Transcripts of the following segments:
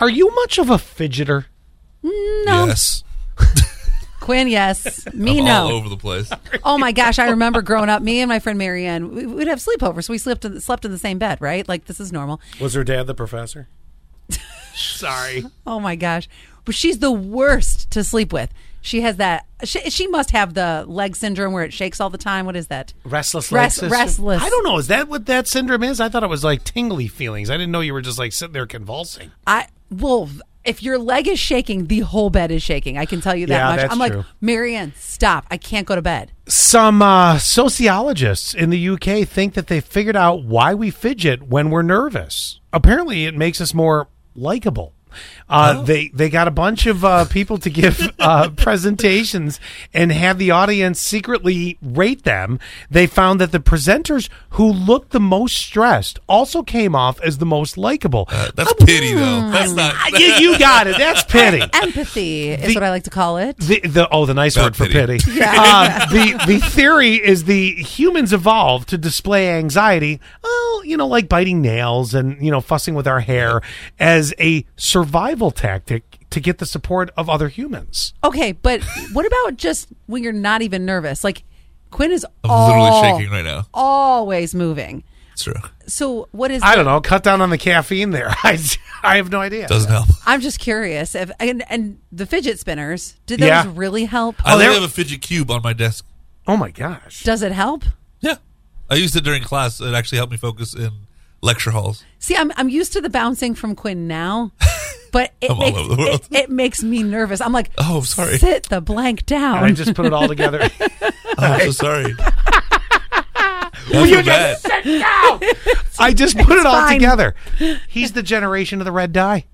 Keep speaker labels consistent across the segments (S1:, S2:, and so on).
S1: Are you much of a fidgeter?
S2: No.
S3: Yes.
S2: Quinn, yes. Me,
S3: I'm all
S2: no.
S3: over the place.
S2: Oh my gosh, I remember growing up. Me and my friend Marianne, we- we'd have sleepovers. So we slept in, slept in the same bed, right? Like this is normal.
S4: Was her dad the professor?
S1: Sorry.
S2: Oh my gosh, but she's the worst to sleep with. She has that. She, she must have the leg syndrome where it shakes all the time. What is that?
S1: Restless
S2: Rest-
S1: leg syndrome?
S2: restless.
S1: I don't know. Is that what that syndrome is? I thought it was like tingly feelings. I didn't know you were just like sitting there convulsing.
S2: I well, if your leg is shaking, the whole bed is shaking. I can tell you that
S1: Yeah,
S2: much.
S1: that's
S2: I'm like,
S1: true.
S2: Marianne, stop! I can't go to bed.
S1: Some uh, sociologists in the UK think that they figured out why we fidget when we're nervous. Apparently, it makes us more likable. Uh,
S3: Oh.
S1: They they got a bunch of uh, people to give uh, presentations and have the audience secretly rate them. They found that the presenters who looked the most stressed also came off as the most likable.
S3: Uh, That's pity, though. That's not.
S1: you, you got it. That's pity.
S2: Empathy is
S1: The-
S2: what I like to call it.
S1: The, the oh the nice
S3: Not
S1: word for
S3: pity.
S1: pity. Uh, the the theory is the humans evolved to display anxiety, well, you know, like biting nails and you know fussing with our hair as a survival tactic to get the support of other humans.
S2: Okay, but what about just when you're not even nervous? Like Quinn is
S3: I'm literally
S2: all-
S3: shaking right now.
S2: always moving.
S3: It's true.
S2: So what is?
S1: I
S2: the-
S1: don't know. Cut down on the caffeine there. I I have no idea.
S3: Doesn't help.
S2: I'm just curious if and, and the fidget spinners did those
S1: Yeah.
S2: really help?
S3: I
S1: there-
S3: literally have a fidget cube on my desk.
S1: oh my gosh.
S2: Does it help?
S3: Yeah. I used it during class. It actually helped me focus in lecture halls.
S2: See, I'm I'm used to the bouncing from Quinn now, but it,
S3: I'm all
S2: makes,
S3: over the world.
S2: it, it makes me nervous. I'm like,
S3: Oh, I'm sorry.
S2: sit the blank down.
S1: I just put it all together.
S3: Oh, I'm so sorry. Well,
S1: you just I just put it all
S2: fine.
S1: together. He's the generation of the red dye.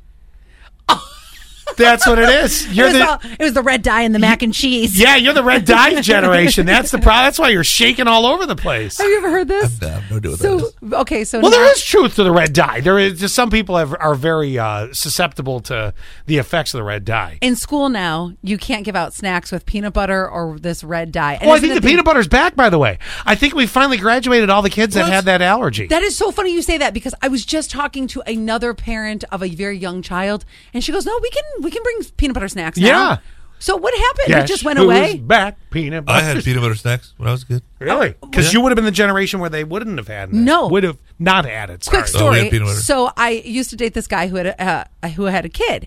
S1: That's what it is.
S2: it,
S1: You're
S2: was
S1: the
S2: all- it was the red dye and the mac and cheese.
S1: Yeah, you're the red dye generation. That's the problem. That's why you're shaking all over the place.
S2: Have you ever heard this?
S3: Nah, I'm not doing
S2: So
S3: that.
S2: okay, so
S1: Well, there
S2: now-
S1: is truth to the red dye. There is just some people have, are very uh, susceptible to the effects of the red dye.
S2: in school now you can't give out snacks with peanut butter or this red dye. And
S1: Well, I
S2: isn't
S1: think
S2: it
S1: the peanut butter's back. By the way, I think we finally graduated all the kids that
S3: What?
S1: had that allergy.
S2: That is so funny you say that because I was just talking to another parent of a very young child, and she goes, "No, we can we can bring peanut butter snacks." now."
S1: Yeah.
S2: So what happened?
S1: Yes,
S2: It just went
S1: who's
S2: away.
S1: Back peanut
S3: I
S1: butter.
S3: had peanut butter snacks when I was a kid.
S1: really? Because
S3: Yeah.
S1: you would have been the generation where they wouldn't have had. That.
S2: Oh, No.
S1: would have not had it. Sorry.
S2: Quick
S3: Oh, we had
S2: story.
S3: peanut butter.
S2: so I used to date this guy who had a, uh, who had a kid,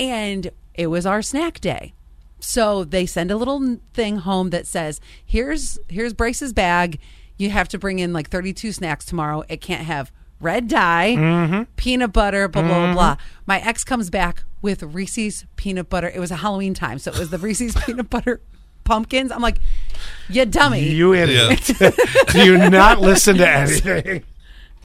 S2: and it was our snack day. So they send a little n- thing home that says, "Here's here's Brace's bag. You have to bring in like 32 snacks tomorrow. It can't have red dye,
S3: Mm-hmm.
S2: peanut butter, blah blah blah." blah. My ex comes back with Reese's peanut butter. It was a Halloween time, so it was the Reese's peanut butter pumpkins. I'm like, "You dummy."
S1: You idiot!
S3: Yeah.
S1: Do you not listen to anything?